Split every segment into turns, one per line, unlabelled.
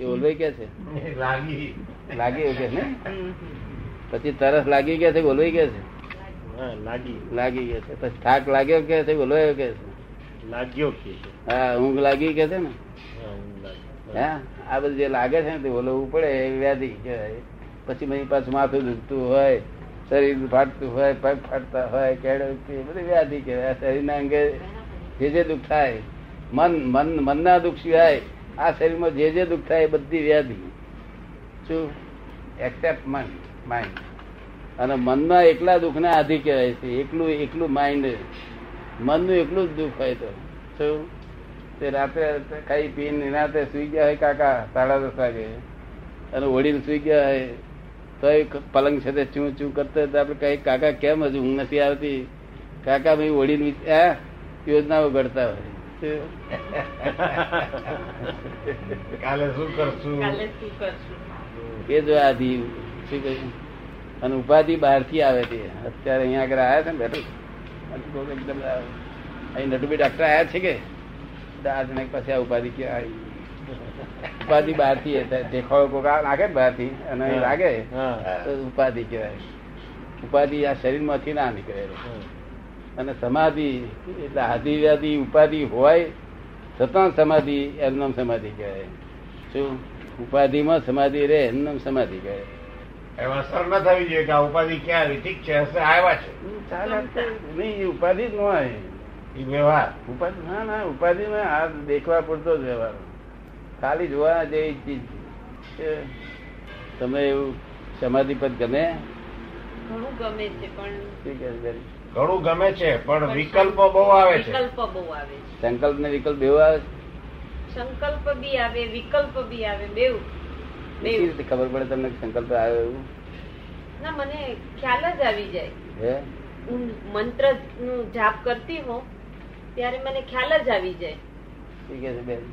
એ ઓલવાઈ કે છે
લાગી
લાગી એવું કે છે ને પછી તરસ લાગી કે છે ઓલવાઈ કે છે
હા લાગી
લાગી કે છે પછી થાક લાગ્યો કે છે ઓલવાયો કે છે
લાગ્યો કે છે.
હા ઊંઘ લાગી કે છે ને
હા, ઊંઘ લાગી.
હે આ બધું જે લાગે છે ને તે ઓલવવું પડે એ વ્યાધિ કહેવાય પછી પછી પાછું માથું દુખતું હોય શરીર ફાટતું હોય પગ ફાટતા હોય કેળો ઉગતી હોય, બધી વ્યાધિ કહેવાય આ શરીરના અંગે જે જે દુઃખ થાય મન મન મનના દુઃખ સિવાય આ શરીરમાં જે જે દુઃખ થાય એ બધી વ્યાધિ શું એક્સેપ્ટ મન માઇન્ડ અને મનના એકલા દુઃખને આધિ કહેવાય છે એકલું એકલું માઇન્ડ મનનું એકલું જ દુઃખ હોય તો શું તે રાત્રે ખાઈ પીને રાતે સુઈ ગયા હોય કાકા સાડા દસ વાગે અને ઓળીને સુઈ ગયા હોય તો એ પલંગ છે તે ચૂં ચૂં કરતા તો આપણે કહીએ કાકા કેમ હજુ ઊંઘ નથી આવતી કાકા ભાઈ ઓળીને વિચ- હે? યોજનાઓ ઘડતા હોય શું?
કાલે શું કરશું
કાલે શું કરશું
એ જો આધિ શું કહ્યું અને ઉપાધિ બહારથી આવે છે અત્યારે અહીંયા આગળ આવ્યા છે ને બેઠું હજુ કોક એકદમ આવે. અહીં નટુભાઈ ડાક્ટર આવ્યા છે કે આ જણા પાસે આ ઉપાધિ ક્યાં આવી ઉપાધિ બહારથી એ થાય. દેખાડો કોક આ નાખે ને બહારથી અને એ લાગે
હા.
તો ઉપાધિ કહેવાય ઉપાધિ આ શરીરમાંથી ના નીકળે અને સમાધિ એટલે આધિ વ્યાધિ ઉપાધિ હોય છતાં સમાધિ એમ નામ સમાધિ કહેવાય શું ઉપાધિમાં સમાધિ રહે એમ નામ સમાધિ કહેવાય
એમાં અસર ન થવી જોઈએ કે આ ઉપાધિ ક્યાં આવી ઠીક છે અસર આવ્યા છે
નહીં એ ઉપાધિ જ ન હોય
એ વ્યવહાર
ઉપાધિ ના ના ઉપાધિ ને આ દેખવા પૂરતો જ વ્યવહાર ખાલી જોવા જેવી ચીજ છે. તમે એવું સમાધિપદ ગમે
ઘણું ગમે છે પણ
શું કહે છે બેન?
ઘણું ગમે છે પણ વિકલ્પો બહુ આવે છે
વિકલ્પ બહુ આવે છે
સંકલ્પ ને વિકલ્પ બેવ આવે
સંકલ્પ બી આવે વિકલ્પ બી આવે બેવ
કેવી રીતે ખબર પડે તમને કે સંકલ્પ આવ્યો એવું
ના મને ખ્યાલ જ આવી જાય
હે
હું મંત્ર નું જાપ કરતી હોઉં ત્યારે મને ખ્યાલ જ આવી જાય
શું કહે છે બેન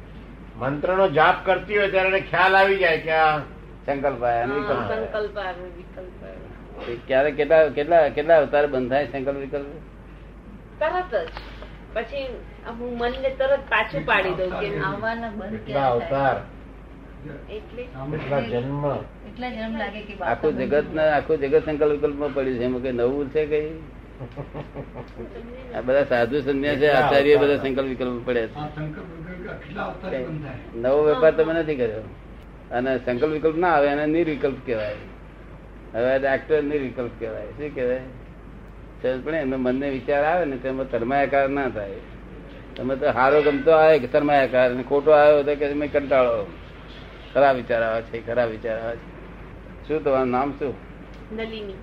મંત્રનો જાપ કરતી હોય ત્યારે એને ખ્યાલ આવી જાય કે આ
સંકલ્પ આવ્યા અને વિકલ્પ
હા,
આવ્યા.
સંકલ્પ આવે વિકલ્પ આવે
એ ક્યારે કેટલા કેટલા કેટલા અવતાર બંધાય સંકલ્પ વિકલ્પ
તરત જ પછી હું મનને તરત પાછું પાડી દઉં કે આવવાના બંધ
એટલા અવતાર
એટલે
એટલા જન્મ
એટલા જ એમ લાગે કે બાપ
આખું જગત ના આખું જગત સંકલ્પ વિકલ્પમાં પડ્યું છે એમાં કઈ નવું છે કઈ
તમને
આ બધા સાધુ સંન્યાસી આચાર્ય બધા સંકલ્પ વિકલ્પ પડ્યા છે કઈ નવો વેપાર તમે નથી કર્યો અને સંકલ્પ વિકલ્પ ના આવે એને નિર્વિકલ્પ કહેવાય હવે ડાક્ટર નિર્વિકલ્પ કહેવાય શું કહેવાય સહેજ પણ એમને મનને વિચાર આવે ને તેમાં તરમાયાકાર ના થાય તમે તો હારો ગમતો આવે કે તરમાયાકાર ને ખોટો આવ્યો તો કે મેં કંટાળો ખરા વિચાર આવે છે ખરા વિચાર આવે છે શું તમારું નામ શું
નલિની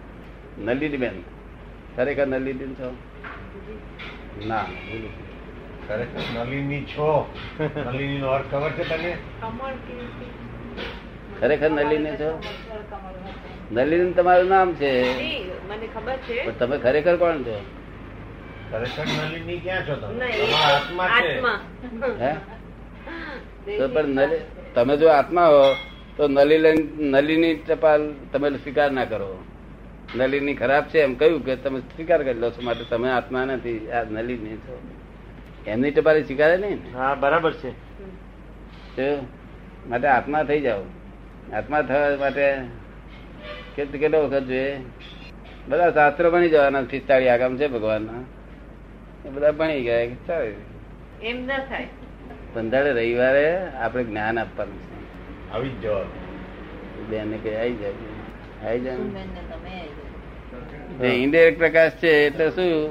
નલિનીબેન ખરેખર નલિનીબેન છો ના ભૂલું.
ખરેખર નલિની છો નલિની નો અર્થ ખબર છે તને
કમળ કીર્તિ
ખરેખર નલિની છો નલિન તમારું નામ છે
જી, મને ખબર છે
પણ તમે ખરેખર કોણ છો
ખરેખર નલિની ક્યાં છો તમે
ના, એ
તમારા આત્મા
આત્મા
છે
હે તો
દૈવી
પણ નલિ તમે જો આત્મા હો તો નલિન નલિની ટપાલ તમે સ્વીકાર ના કરો નલિની ખરાબ છે એમ કહ્યું કે તમે સ્વીકાર કરી લો છો માટે તમે આત્મા નથી આ નલિની છો એમની ટપાલી સ્વીકારે નહીં ને
હા બરાબર છે
તો માટે આત્મા થઈ જાઓ આત્મા થવા માટે કેટ- કેટલો વખત જોઈએ બધા શાસ્ત્રો ભણી જવાના પિસ્તાળી આગમ છે ભગવાનના એ બધા ભણી ગયા કે ચાલે
એમ ના થાય
પંદર રવિવારે આપણે જ્ઞાન આપવાનું છે
આવી જ જવાનું
બેને કે આવી જાય આવી જાય ને?
બેનને તમે
તો ઇન્ડિરેક્ટ પ્રકાશ છે એટલે શું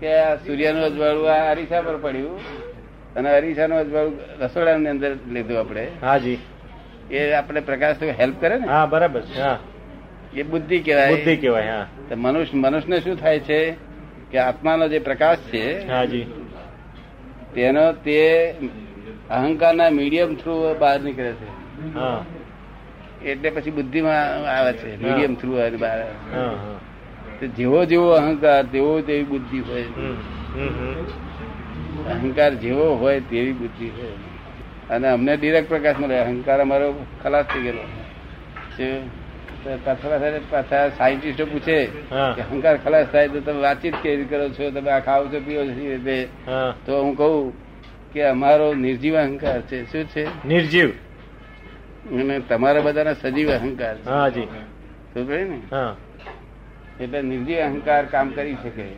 કે આ સૂર્યનું અજવાળું આ અરીસા પર પડ્યું અને અરીસાનું અજવાળું રસોડાની અંદર લીધું આપણે
હા જી
એ આપણે પ્રકાશ હેલ્પ કરે ને
હા બરાબર છે હા
એ બુદ્ધિ કહેવાય
કહેવાય હા
તો મનુષ્ય મનુષ્યને શું થાય છે કે આત્માનો જે પ્રકાશ છે
હા જી
તેનો તે અહંકારના મીડિયમ થ્રુ બહાર નીકળે છે
હા
એટલે પછી બુદ્ધિમાં આવે છે મીડિયમ થ્રુ આવે બહાર આવે છે.
હા હા
તો જેવો જેવો અહંકાર તેવો તેવી બુદ્ધિ હોય અહંકાર જેવો હોય તેવી બુદ્ધિ હોય અને અમને ડિરેક્ટ પ્રકાશ મળે અહંકાર અમારો ખલાસ થઈ ગયેલો શું? તો પાછા પાછા- પાછા સાયન્ટિસ્ટો પૂછે
હા.
કે અહંકાર ખલાસ થાય તો તમે વાતચીત કેવી રીતે કરો છો તમે આ ખાવ છો પીઓ છો એ રીતે
હા
તો હું કહું કે અમારો નિર્જીવ અહંકાર છે શું છે
નિર્જીવ
અને તમારા બધાના સજીવ અહંકાર છે.
હા જી
સમજ પડી ને
હા
એટલે નિર્જીવ અહંકાર કામ કરી શકે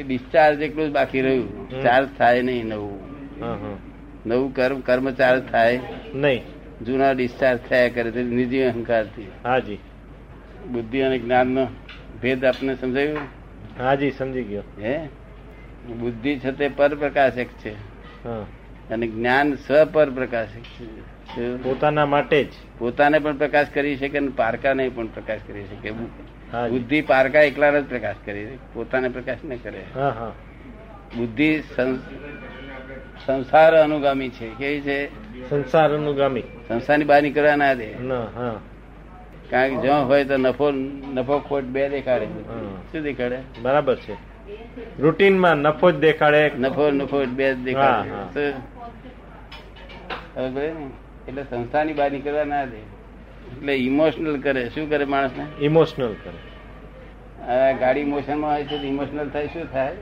એ ડિસ્ચાર્જ એટલું જ બાકી રહ્યું
હમ.
ચાર્જ થાય નહીં નવું
હા હા
નવું કર્મ કર્મ ચાર્જ થાય
નહીં
જૂના ડિસ્ચાર્જ થયા કરે છે નિર્જીવ અહંકારથી
હા જી
બુદ્ધિ અને જ્ઞાનનો ભેદ આપને સમજાયું
હા જી સમજી ગયો
હે બુદ્ધિ છે તે પરપ્રકાશક છે
હા
અને જ્ઞાન સ્વપરપ્રકાશક છે
પોતાના માટે જ
પોતાને પણ પ્રકાશ કરી શકે અને પારકાને પણ પ્રકાશ કરી શકે
હા જી.
બુદ્ધિ પારકા એકલા જ પ્રકાશ કરી શકે પોતાને પ્રકાશ ન કરે
હા હા
બુદ્ધિ સં- સંસાર અનુગામી છે કેવી છે
સંસાર અનુગામી
સંસારની બહાર નીકળવા ના દે
ના હા
કારણ કે જ્યાં હોય તો નફો નફો ખોટ બે દેખાડે
હમ.
શું દેખાડે
બરાબર છે રૂટીનમાં નફો જ દેખાડે
નફો નફો બે જ દેખાડે
હા, હા.
શું? ખબર પડે ને? એટલે સંસ્થાની બહાર નીકળવા ના દે એટલે ઇમોશનલ કરે શું કરે માણસને
ઇમોશનલ કરે
આ ગાડી મોશનમાં હોય છે ઇમોશનલ થાય શું થાય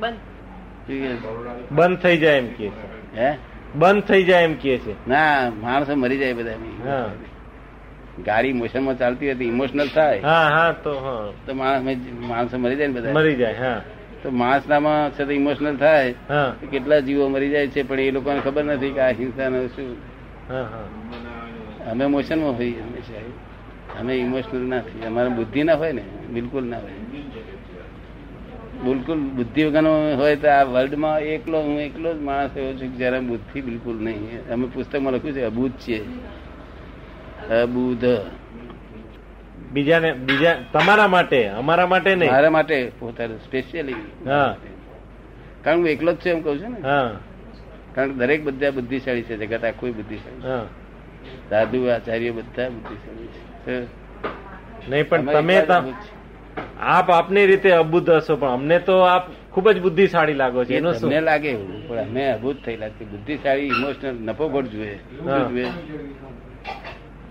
બંધ
શું કે?
બંધ થઈ જાય એમ કે છે
હે
બંધ થઈ જાય એમ કે છે
ના માણસો મરી જાય બધા
હા
ગાડી મોશનમાં ચાલતી હતી ઇમોશનલ થાય
હા હા તો હા
તો માણસ માણસો મરી જાય ને બધા
મરી જાય હા
તો માણસનામાં છે ઇમોશનલ થાય
હા
તો કેટલા જીવો મરી જાય છે પણ એ લોકોને ખબર નથી કે આ હિંસાનો શું
હા હા
અમે મોશનમાં હોઈએ હંમેશા અમે ઇમોશનલ ના થઈએ અમારે બુદ્ધિ ના હોય ને બિલકુલ ના હોય બિલકુલ બુદ્ધિ વગરનો હોય તો આ વર્લ્ડમાં એકલો હું એકલો જ માણસ એવો છું કે જ્યારે બુદ્ધિ બિલકુલ નહીં અમે પુસ્તકમાં લખ્યું છે અબૂધ છીએ અબૂધ
બીજાને બીજા તમારા માટે અમારા માટે નહીં
મારા માટે પોતાનું સ્પેશિયલી
હા.
કારણ હું એકલો જ છું એમ કહું છું ને
હા
કારણ કે દરેક બધા બુદ્ધિશાળી છે જગત આખું બુદ્ધિશાળી
હા
છે. સાધુ આચાર્ય બધા બુદ્ધિશાળી છે
નહીં પણ
અમારી
તમે
પાસે
તા-
બુદ્ધિ છે.
આપ આપની રીતે અબુદ્ધ હશો પણ અમને તો આપ ખૂબ જ બુદ્ધિશાળી લાગો છો
એ
એનું
તમને
શું
લાગે એવું પણ અમે અભૂત થયેલા છીએ. બુદ્ધિશાળી ઇમોશનલ નફોખોર જોઈએ
હા.
શું જોઈએ?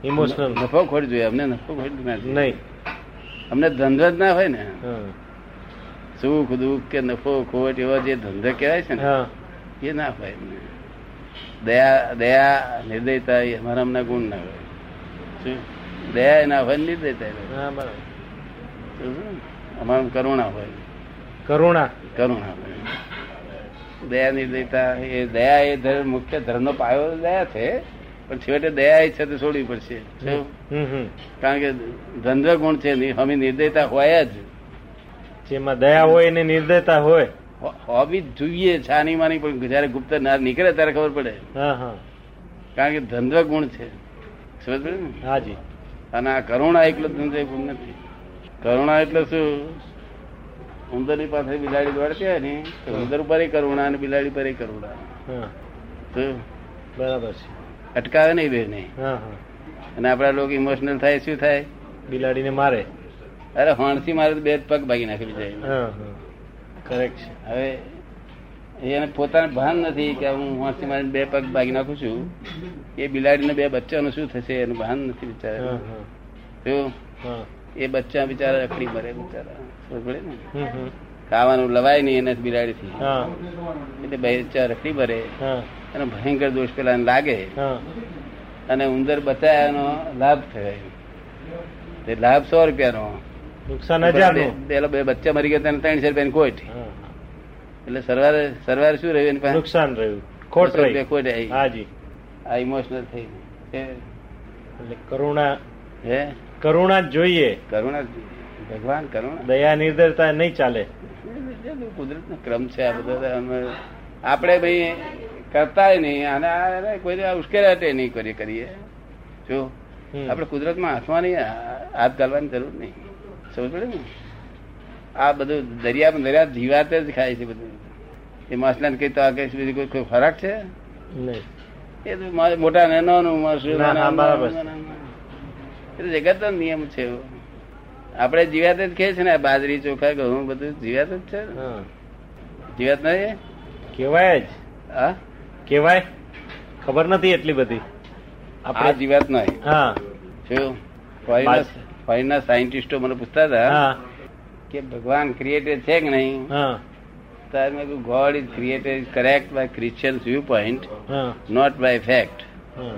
ઇમોશનલ
નફોખોર જોઈએ અમને નફોખોર ના જોઈએ.
નહીં
અમને ધંધો જ ના હોય ને
હા
સુખ દુઃખ કે નફો ખોટ એવા જે ધંધો કહેવાય છે ને
હા
એ ના હોય અમને. દયા દયા નિર્દયતા એ અમારા અમના ગુણ ના હોય શું? દયા ના હોય ને નિર્દયતા એ ના હોય.
હા, બરાબર.
શું શું? અમારામાં કરુણા હોય
કરુણા
કરુણા હોય દયા નિર્દયતા એ દયા એ ધર્મ મુખ્ય ધર્મનો પાયો દયા છે પણ છેવટે દયા એ છે તે છોડવી પડશે શું?
હમ હમ
કારણ કે ધંધ્ર ગુણ છે નહીં અમે નિર્દયતા હોય જ
જેમાં દયા હોય ને નિર્દયતા હોય
હો- હોવી જ જોઈએ છાની માની પણ જયારે ગુપ્ત ના નીકળે ત્યારે ખબર પડે
હા હા
કારણ કે ધંધ્ર ગુણ છે સમજ પડી ને?
હાજી
અને આ કરુણા એકલો ધંધ્ર ગુણ નથી કરુણા એટલે શું ઉંદરની પાસે બિલાડી દોડતી હોય ને તો ઉંદર ઉપર કરુણા અને બિલાડી પર કરુણા
હા
શું?
બરાબર છે
અટકાવે નહીં બેને
હા હા
અને આપણા લોકો ઇમોશનલ થાય શું થાય
બિલાડીને મારે
અરે હોણથી મારે તો બે જ પગ ભાગી નાખેલી જાય
હા હા કરેક્ટ છે
હવે એને પોતાને ભાન નથી કે હું હોણથી મારીને બે પગ ભાગી નાખું છું એ બિલાડીને બે બચ્ચાનું શું થશે એનું ભાન નથી
હા
બિચારા
હા
જો
હા
એ બચ્ચા બિચારા અકડી મરે બિચારા ખબર પડે ને
હમ, હમ.
ખાવાનું લવાય નહીં એને બિલાડીથી
હા
એટલે બચ્ચા રખડી મરે
હા
અને ભયંકર દોષ પેલા લાગે
હા
અને ઉંદર બચાવ્યાનો લાભ થયો તે લાભ સો રૂપિયાનો
નુકસાન હજારનું
પેલા બે બચ્ચા મરી ગયા તેને ત્રણસો રૂપિયાની કોઈઠ
હા.
એટલે સરવારે સરવારે શું રહ્યું એની પાસે
નુકસાન રહ્યું ખોટ રહી
બે ખોટ આવી.
હાજી
આ ઇમોશનલ થઈ ગયું.
એટલે કરુણા
હે
કરુણા જ જોઈએ
કરુણા જ. ભગવાન કરુણા
દયા નિર્દયતા નહીં ચાલે
કુદરત નો ક્રમ છે આ બધા અમે આપણે ભાઈ કરતાય નહીં અને આ એને કોઈ ઉશ્કેરાટે નહીં કરી કરીએ જો
હમ.
આપણે કુદરતમાં હાથમાં નહીં આ- હાથ ગાલવાની જરૂર નહીં સમજ પડે ને આ બધું દરિયામાં દરિયા જીવાતે જ ખાય છે બધું એ માછલાને કઈ તો આ કઈ બીજું કોઈ- કોઈ ખોરાક છે
નહીં
એ તો મારે મોટા ને નાનું મળશે
ના, ના, બરાબર.
એટલે જગત નો નિયમ છે એવો. આપણે જીવાત જ કહે છે ને આ બાજરી ચોખા ઘઉં બધું જીવાત જ છે ને.
હા
જીવાત ના છે
કેવાય જ
હા
કેવાય ખબર નથી એટલી બધી
આ
આપણે
જીવાત ના
હા
શું ફોરેનના-
બાજ-
ફોરેનના સાયન્ટિસ્ટો મને પૂછતા હતા
હા
કે ભગવાન ક્રિએટેડ છે કે નહીં
હા
ત્યારે મેં કહ્યું God is created correct by Christian view point
હા
નોટ બાય ફેક્ટ
હા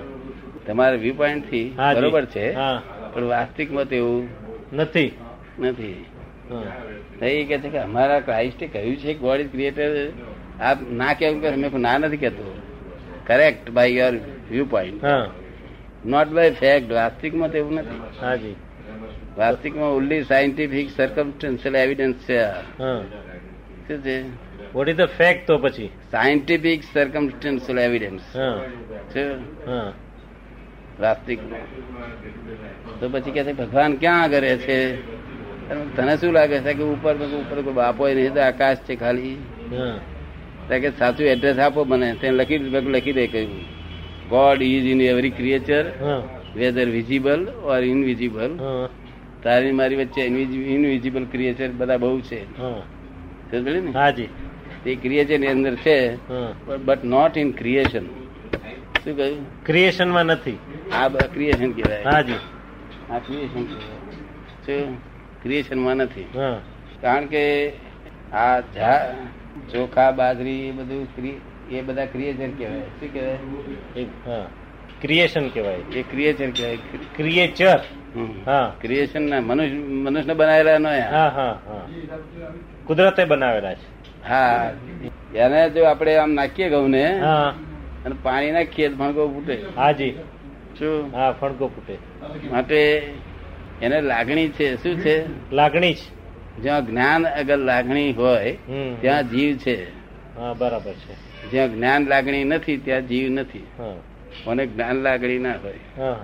તમારા વ્યૂ પોઈન્ટ થી
હા જી.
બરોબર છે
હા
પણ વાસ્તવિકમાં તો એવું
નથી
નથી
હા.
તો એ કહે છે કે અમારા ક્રાઇસ્ટે કહ્યું છે ગોડ ઇઝ ક્રિએટર આપ ના કેવું કે મેં કહ્યું, ના નથી કહેતો correct by your view point
હા
નોટ બાય ફેક્ટ વાસ્તવિકમાં તો એવું નથી
હાજી
વાસ્તવિકમાં ઓનલી સાયન્ટિફિક સર્કમસ્ટન્શિયલ એવિડન્સ છે આ.
હા
શું છે
વોટ ઇઝ ધ ફેક્ટ તો પછી
સાયન્ટિફિક સર્કમસ્ટન્શિયલ એવિડન્સ
હા
છે
હા
વાસ્તવિકમાં તો પછી કહે છે ભગવાન ક્યાં આગળ રહે છે અને તને શું લાગે છે કે ઉપર મેં કીધું, ઉપર કોઈ બાપો ય નહીં તો આકાશ છે ખાલી
હા
ત્યાં કે સાચું એડ્રેસ આપો મને તેને લખી દીધું. મેં કીધું, લખી દે કહ્યું God is in every creature
હા
વેધર વિઝિબલ ઓર ઇનવિઝિબલ
હા
તારી મારી વચ્ચે ઇનવિઝિબલ ક્રિએચર બધા બહુ છે
હા
સમજે ને
હાજી
તે ક્રિએચર ની અંદર છે
હા
બટ નોટ ઇન ક્રિએશન શું કહ્યું
ક્રિએશનમાં નથી
આ ક્રિએશન કહેવાય
હાજી
આ ક્રિએશન કહેવાય શું ક્રિએશનમાં નથી
હા
કારણ કે આ ઝા ચોખા બાજરી એ બધું ક્રિ- એ બધા ક્રિએચર કહેવાય શું કહેવાય
એક, હા ક્રિએશન કહેવાય
એ ક્રિએચર કહેવાય
ક્રિએચર હા
ક્રિએશન ના મનુષ્ય મનુષ્ય બનાવેલા નો
હા હા હા કુદરતે બનાવેલા છે
હા એને જો આપણે આમ નાખીએ ઘઉં ને
હા
અને પાણી નાખીએ તો ભણકો ફૂટે
હાજી
શું
હા ફણકો ફૂટે
માટે એને લાગણી છે શું છે
લાગણી જ
જ્યાં જ્ઞાન અગર લાગણી હોય
હમ
ત્યાં જીવ છે
હા બરાબર છે
જ્યાં જ્ઞાન લાગણી નથી ત્યાં જીવ નથી
હા
મને જ્ઞાન લાગણી ના હોય
હા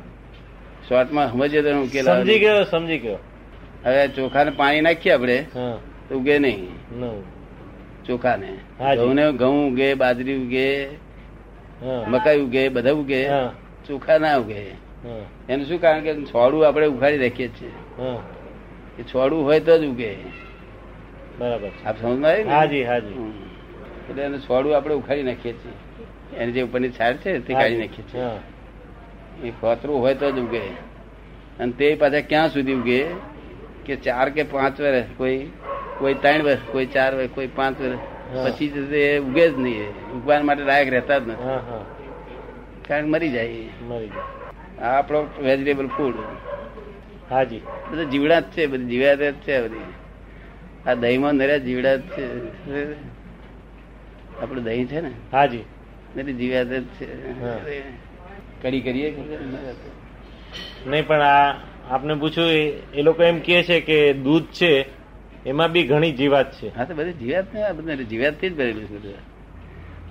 શોર્ટમાં સમજે તો ઉકેલ આવે.
સમજી ગયો સમજી ગયો
હવે ચોખાને પાણી નાખીએ આપણે
હા
તો ઉગે નહીં
નવ
ચોખાને
હા જી.
ઘઉંને ઘઉં ઉગે બાજરી ઉગે
હા
મકાઈ ઉગે બધા ઉગે
હા
ચોખા ના ઉગે
હા
એનું શું કારણ કે છોડું આપણે ઉખાડી રાખીએ છીએ
હા
એ છોડું હોય તો જ ઉગે
બરાબર છે
આપ સમજમાં આવ્યું ને?
હાજી હાજી
હમ. એટલે એનું છોડું આપણે ઉખાડી નાખીએ છીએ એની જે ઉપરની છાલ છે તે કાઢી નાખીએ છીએ
હા
એ ખોતરું હોય તો જ ઉગે અને તે પાછા ક્યાં સુધી ઉગે કે ચાર કે પાંચ વર્ષ કોઈ કોઈ ત્રણ વર્ષ કોઈ ચાર વર્ષ કોઈ પાંચ વર્ષ
હા.
પછી તો તે ઉગે જ નહીં એ. ઉગવા માટે લાયક રહેતા જ નથી
હા હા
કારણ કે મરી જાય એ.
મરી ગયો
આ આપણો વેજીટેબલ ફૂડ
હાજી
બધા જીવડા જ છે બધી જીવડાત જ છે બધી આ દહીંમાં નર્યા જીવડા જ છે આપણું દહીં છે ને
હાજી
બધી જીવાત જ છે
હા.
કડી કરીએ કે નર્યા છે?
નહીં પણ આ આપને પૂછ્યું એ- એ લોકો એમ કહે છે કે દૂધ છે એમાં બી ઘણી જીવાત છે
હા તો બધી જીવાત ને આ બધું જીવાતથી જ ભરેલું છે બધું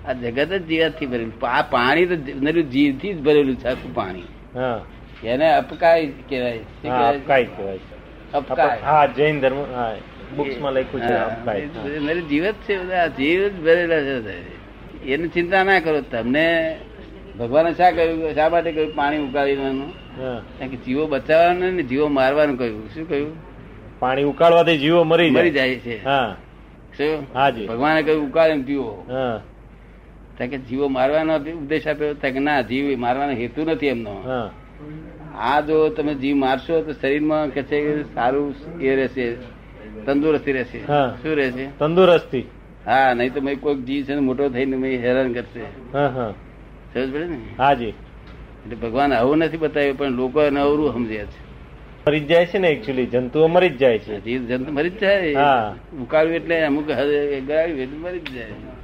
આ જગત જ જીવાતથી ભરેલું આ પાણી તો નર્યું જીવથી જ ભરેલું છે આખું પાણી
હા
એને અપકાય કહેવાય શું
હા,
કહેવાય?
અપકાય કહેવાય છે.
અપકાય
હા જૈન ધર્મ હા બુક્સમાં લખ્યું છે
હા,
અપકાય
એ
હા.
બધું મારી જીવત છે બધા આ જીવ જ ભરેલા છે બધા. એની ચિંતા ના કરો તમને ભગવાને શા કહ્યું શા માટે કહ્યું પાણી ઉકાળી દેવાનું
હા.
કારણ કે જીવો બચાવવાનું નહીં ને જીવો મારવાનું કહ્યું શું કહ્યું
પાણી ઉકાળવાથી જીવો મરી
મરી
જાય
જાય છે
હા
શું
હાજી.
ભગવાને કહ્યું ઉકાળીને પીવો
હા
કારણ કે જીવો મારવાનો ઉપદેશ આપ્યો કારણ કે ના જીવ મારવાનો હેતુ નથી એમનો
હા
આ જો તમે જીવ મારશો તો શરીરમાં કે છે કે સારું એ રહેશે તંદુરસ્તી રહેશે
હા.
શું રહેશે
તંદુરસ્તી
હા નહીં તો મેં કોઈક જીવ છે ને મોટો થઈને મેં હેરાન કરશે
હા હા
સમજ પડે ને
હાજી
એટલે ભગવાન આવું નથી બતાવ્યું પણ લોકો એને અવરું સમજે છે
મરી જ જાય છે ને એકચ્યુઅલી જંતુઓ મરી જ જાય છે
જીવ જંતુ મરી જ જાય
હા.
ઉકાળ્યું એટલે અમુક હદે ગળાવ્યું એટલે મરી જ જાય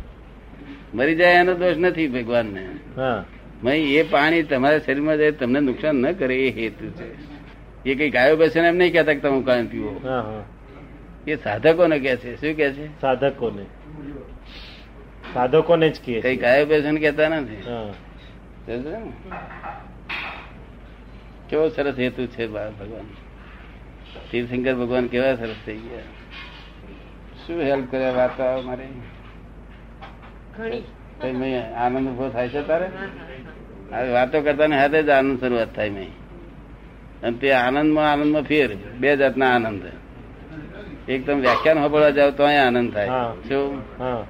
મરી જાય એનો દોષ નથી ભગવાનને
હા
ભાઈ એ પાણી તમારા શરીરમાં જાય તમને નુકસાન ન કરે એ હેતુ છે એ કઈ ગાયો બેસે ને એમ નહીં કહેતા કે તમે ઉકાળીને પીવો
હા હા
એ સાધકોને કહે છે શું કહે છે
સાધકોને સાધકોને જ કહે
કઈ
છે.
ગાયો બેસે ને કહેતા નથી
હા
સમજ્યો ને? કેવો સરસ હેતુ છે બા- ભગવાન તીર્થંકર ભગવાન કેવા સરસ થઈ ગયા શું હેલ્પ કરે વાત મારી
ઘણી
તોય મેં આનંદ ઉભો થાય છે તારે
હા, હા, હા.
હવે વાતો કરતા ને હાથે જ આનંદ શરૂઆત થાય મેં અને તે આનંદમાં આનંદમાં ફેર બે જાતના આનંદ એક તમે વ્યાખ્યાન સાંભળવા જાવ તો આનંદ થાય
હા.
શું
હા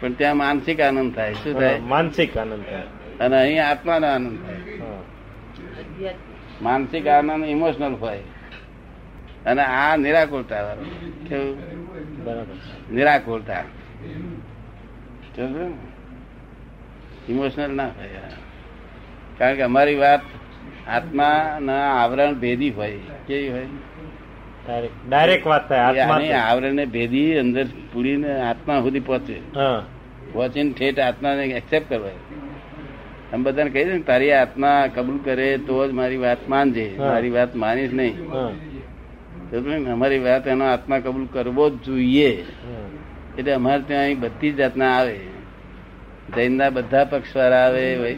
પણ ત્યાં માનસિક આનંદ થાય શું
હા,
થાય
માનસિક આનંદ થાય
અને અહીં આત્માનો આનંદ થાય
હા
અધ્યાત્મ.
માનસિક આનંદ ઇમોશનલ હોય અને આ નિરાકુરતા વાળો કેવું
બરાબર છે.
નિરાકુરતા ઇમોશનલ ના હોય કારણ કે અમારી વાત આત્માના આવરણ ભેદી હોય કેવી હોય
ડાયરેક્ટ વાત થાય
આની
આત્મા
આવરણ ને ભેદી અંદર પૂરીને આત્મા સુધી પહોંચે
હા
પહોંચીને ઠેઠ આત્માને એક્સેપ્ટ કરવા એમ બધાને કહી દે ને તારી આત્મા કબૂલ કરે તો જ મારી વાત માનજે
હા.
મારી વાત માનીશ નહીં
હા
તો પણ અમારી વાત એનો આત્મા કબૂલ કરવો જ જોઈએ
હા.
એટલે અમારે ત્યાં અહીં બધી જાતના આવે જૈનના બધા પક્ષવાળા આવે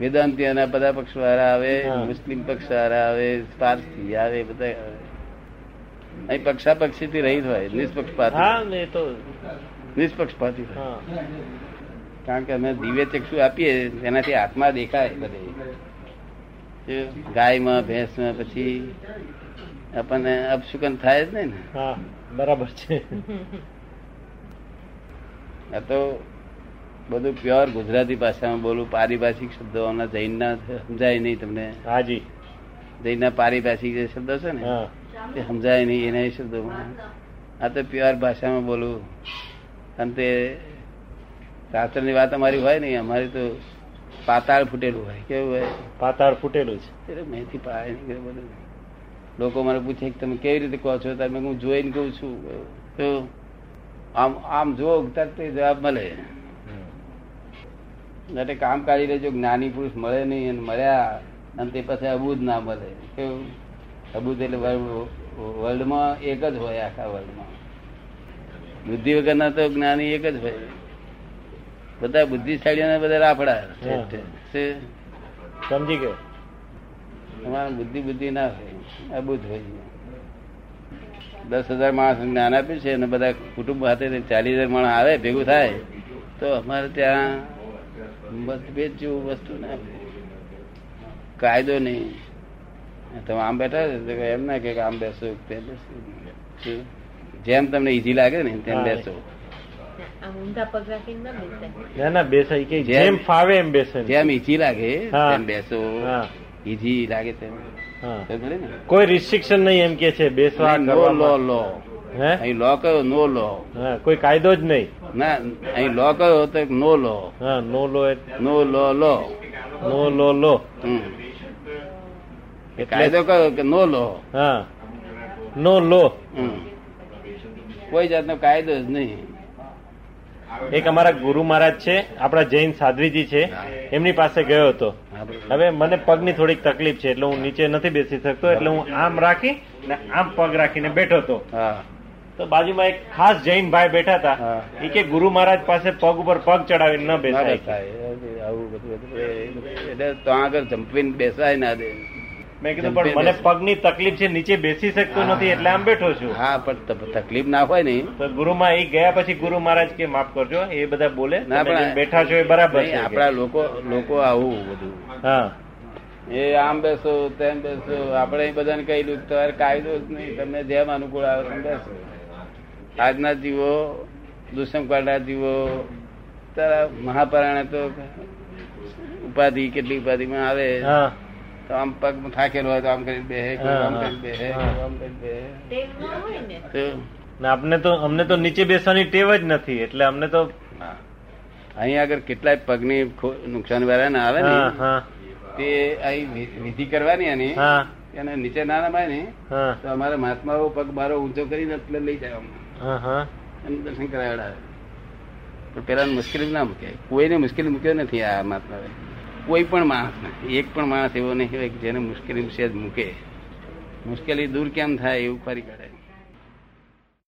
વેદાંતિના બધા પક્ષવાળા આવે
હા.
મુસ્લિમ પક્ષવાળા આવે પારસી આવે બધા આવે અહીં પક્ષાપક્ષી થી રહીત હોય
હા
નિષ્પક્ષપાતી
ને એ તો
નિષ્પક્ષપાતી હોય
હા
કારણ કે અમે દિવ્ય ચક્ષુ આપીએ તેનાથી આત્મા દેખાય બધે એ ગાયમાં ભેંસમાં પછી આપણને અપશુકન થાય જ નહીં ને
હા બરાબર છે
આ તો બધું પ્યોર ગુજરાતી ભાષામાં બોલું પારિભાષિક શબ્દો હમણાં જૈનના સમજાય નહીં તમને
હાજી
જૈનના પારિભાષિક જે શબ્દો છે ને
હા
તે સમજાય નહીં એના એ શબ્દોમાં આ તો પ્યોર ભાષામાં બોલું અને તે શાસ્ત્રની વાત અમારી હોય નહીં અમારી તો પાતાળ ફૂટેલું હોય કેવું હોય
પાતાળ ફૂટેલું છે
એટલે મેથી પાય નહીં કે બધું લોકો મને પૂછે કે તમે કેવી રીતે કહો છો ત્યારે મેં કહું, હું જોઈને કહું છું તો આમ આમ જો તરત જવાબ મળે એટલે કામ કાઢી લેજો જ્ઞાની પુરુષ મળે નહીં અને મળ્યા અને તે પછી અબુધ ના મળે કેવું અબુધ એટલે વર્લ્ડ- વર્લ્ડમાં એક જ હોય આખા વર્લ્ડમાં બુદ્ધિ વગરના તો જ્ઞાની એક જ હોય બધા બુદ્ધિશાળીઓને બધા રાફડા
હા.
શું?
સમજી ગયો
તમારે બુદ્ધિ બુદ્ધિ ના હોય અબુધ હોય દસ હજાર માણસ જ્ઞાન આપ્યું છે અને બધા કુટુંબ સાથે ચાલીસ હજાર માણસ આવે ભેગું થાય તો અમારે ત્યાં મતભેદ જેવું વસ્તુ ના કાયદો નહીં તમે આમ બેઠા છો તો એમ ના કહે કે આમ બેસો તેમ બેસો જેમ તમને ઈઝી લાગે ને તેમ
હા.
બેસો
આમ ઊંધા પગ રાખીને ના બેસાય
ના ના બેસાય કે
જેમ-
જેમ ફાવે એમ બેસે
જેમ ઈઝી લાગે
હા.
તેમ બેસો
હા.
ઈઝી લાગે તેમ
હા
ખબર પડી ને
કોઈ રિસ્ટ્રિક્શન નહીં એમ કે છે બેસવા
નો લો
કરવા
લો
હે
અહીં લો કયો નો લો
હા કોઈ કાયદો જ નહીં
ના અહીં લો કયો તો નો લો
હા નો લો એ-
નો લો લો
નો લો લો
હમ.
એટલે-
કાયદો કયો કે નો લો
હા નો લો
હમ. કોઈ જાતનો કાયદો જ નહીં
એક અમારા ગુરુ મહારાજ છે આપણા જૈન સાધ્વીજી છે એમની પાસે ગયો હતો
આપણે-
હવે મને પગની થોડીક તકલીફ છે એટલે હું નીચે નથી બેસી શકતો એટલે હું આમ રાખી ને આમ પગ રાખીને બેઠો હતો
હા
તો બાજુમાં એક ખાસ જૈન ભાઈ બેઠા હતા
હા.
એ કે ગુરુ મહારાજ પાસે પગ ઉપર પગ ચડાવીને ન
ના
બેસાય
બેસાય. આવું બધું બધું એ બધું. એટલે તો આગળ જંપીને બેસાય ના દે
મેં કીધું પણ મને પગની તકલીફ છે નીચે બેસી શકતો નથી એટલે આમ બેઠો છું
હા પણ તપ- તકલીફ ના હોય ને
તો ગુરુમાં એ ગયા પછી ગુરુ મહારાજ કે માફ કરજો એ બધા બોલે
ના,
તમે
પણ-
જેમ બેઠા છો એ બરાબર
નહીં,
છે
આપણા લોકો લોકો આવું બધું
હા
એ આમ બેસો તેમ બેસો આપણે બધાને કહેલું કે તમારે કાયદો જ નહીં તમને જેમ અનુકૂળ આવે તેમ બેસો આજના જીવો દુષ્મકાળના જીવો તારા મહાપરાણે તો ઉપાધિ કેટલી ઉપાધિમાં આવે
હા
તો આમ પગ થાકેલો હોય તો આમ કરી બે
હા,
આમ
હા.
કરી બે
હા.
આમ કરી બે
ટેવ ના હોય ને
તો
ને આપને તો અમને તો નીચે બેસવાની ટેવ જ નથી એટલે અમને તો
અહીં આગળ કેટલાય પગની ખો- નુકસાન વાળા ના આવે
હા
ને
હા
તે અહીં વિ- વિધિ કરવાની એની
હા
એને નીચે ના નમાય ને
હા
તો અમારા મહાત્માઓ પગ મારો ઊંચો કરીને એટલે લઈ જાય આમ.
હા હા
એનું દર્શન કરાવડાવે પણ પેલા મુશ્કેલી ના મૂકે કોઈને મુશ્કેલી મૂક્યો નથી આ મહાત્માએ કોઈ પણ માણસને એક પણ માણસ એવો નહીં હોય કે જેને મુશ્કેલી છે જ મૂકે મુશ્કેલી દૂર કેમ થાય એવું ફરી કાઢે